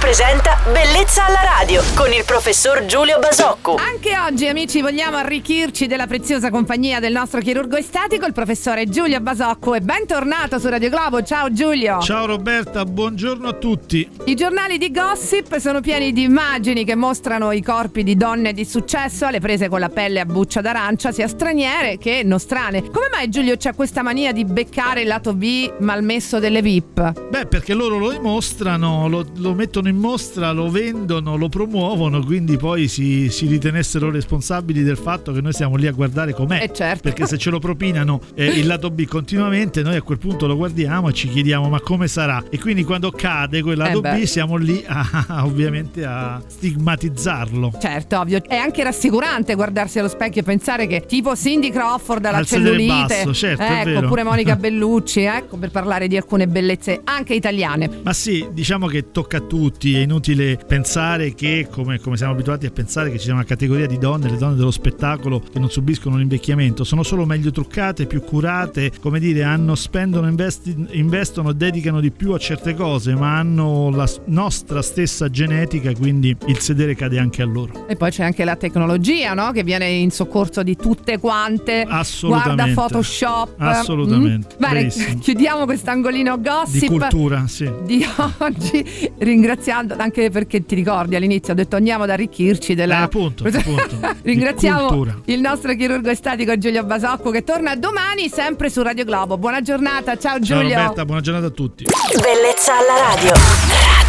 presenta Bellezza alla radio con il professor Giulio Basocco. Anche oggi, amici, vogliamo arricchirci della preziosa compagnia del nostro chirurgo estetico, il professore Giulio Basocco. E bentornato su Radio Globo. Ciao Giulio. Ciao Roberta, buongiorno a tutti. I giornali di gossip sono pieni di immagini che mostrano i corpi di donne di successo alle prese con la pelle a buccia d'arancia, sia straniere che nostrane. Come mai Giulio c'è questa mania di beccare il lato B malmesso delle VIP? Beh, perché loro lo mostrano, lo, lo mettono in mostra, lo vendono, lo promuovono, quindi poi si, si ritenessero responsabili del fatto che noi siamo lì a guardare com'è. Eh, certo. Perché se ce lo propinano eh, il lato B continuamente, noi a quel punto lo guardiamo e ci chiediamo ma come sarà? E quindi quando cade quel lato Eh beh. B siamo lì a, ovviamente a stigmatizzarlo. Certo, ovvio. È anche rassicurante guardarsi allo specchio e pensare che tipo Cindy Crawford alla Al sedere cellulite, basso, certo, è ecco, vero. oppure Monica Bellucci, ecco, per parlare di alcune bellezze anche italiane. Ma sì, diciamo che tocca a tutti, è inutile pensare che, come, come siamo abituati a pensare, che ci sia una categoria di donne, le donne dello spettacolo, che non subiscono l'invecchiamento, sono solo meglio truccate, più curate, come dire, hanno, spendono, investi- investono e dedicano di più a certe cose, ma hanno la s- nostra stessa genetica, quindi il sedere cade anche a loro. E poi c'è anche la tecnologia, no? Che viene in soccorso di tutte quante. Guarda Assolutamente. Photoshop. Assolutamente, Mm? Bene, verissimo. chiudiamo quest'angolino gossip. Di cultura, sì. di oggi ringraziando anche perché ti ricordi all'inizio ho detto andiamo ad arricchirci Eh, della appunto, appunto. Di cultura. Ringraziamo il nostro chirurgo estetico Giulio Basocco che torna domani sempre su Radio Globo. Buona giornata, ciao Ciao Giulio. Roberta, buona giornata a tutti. Bellezza alla radio.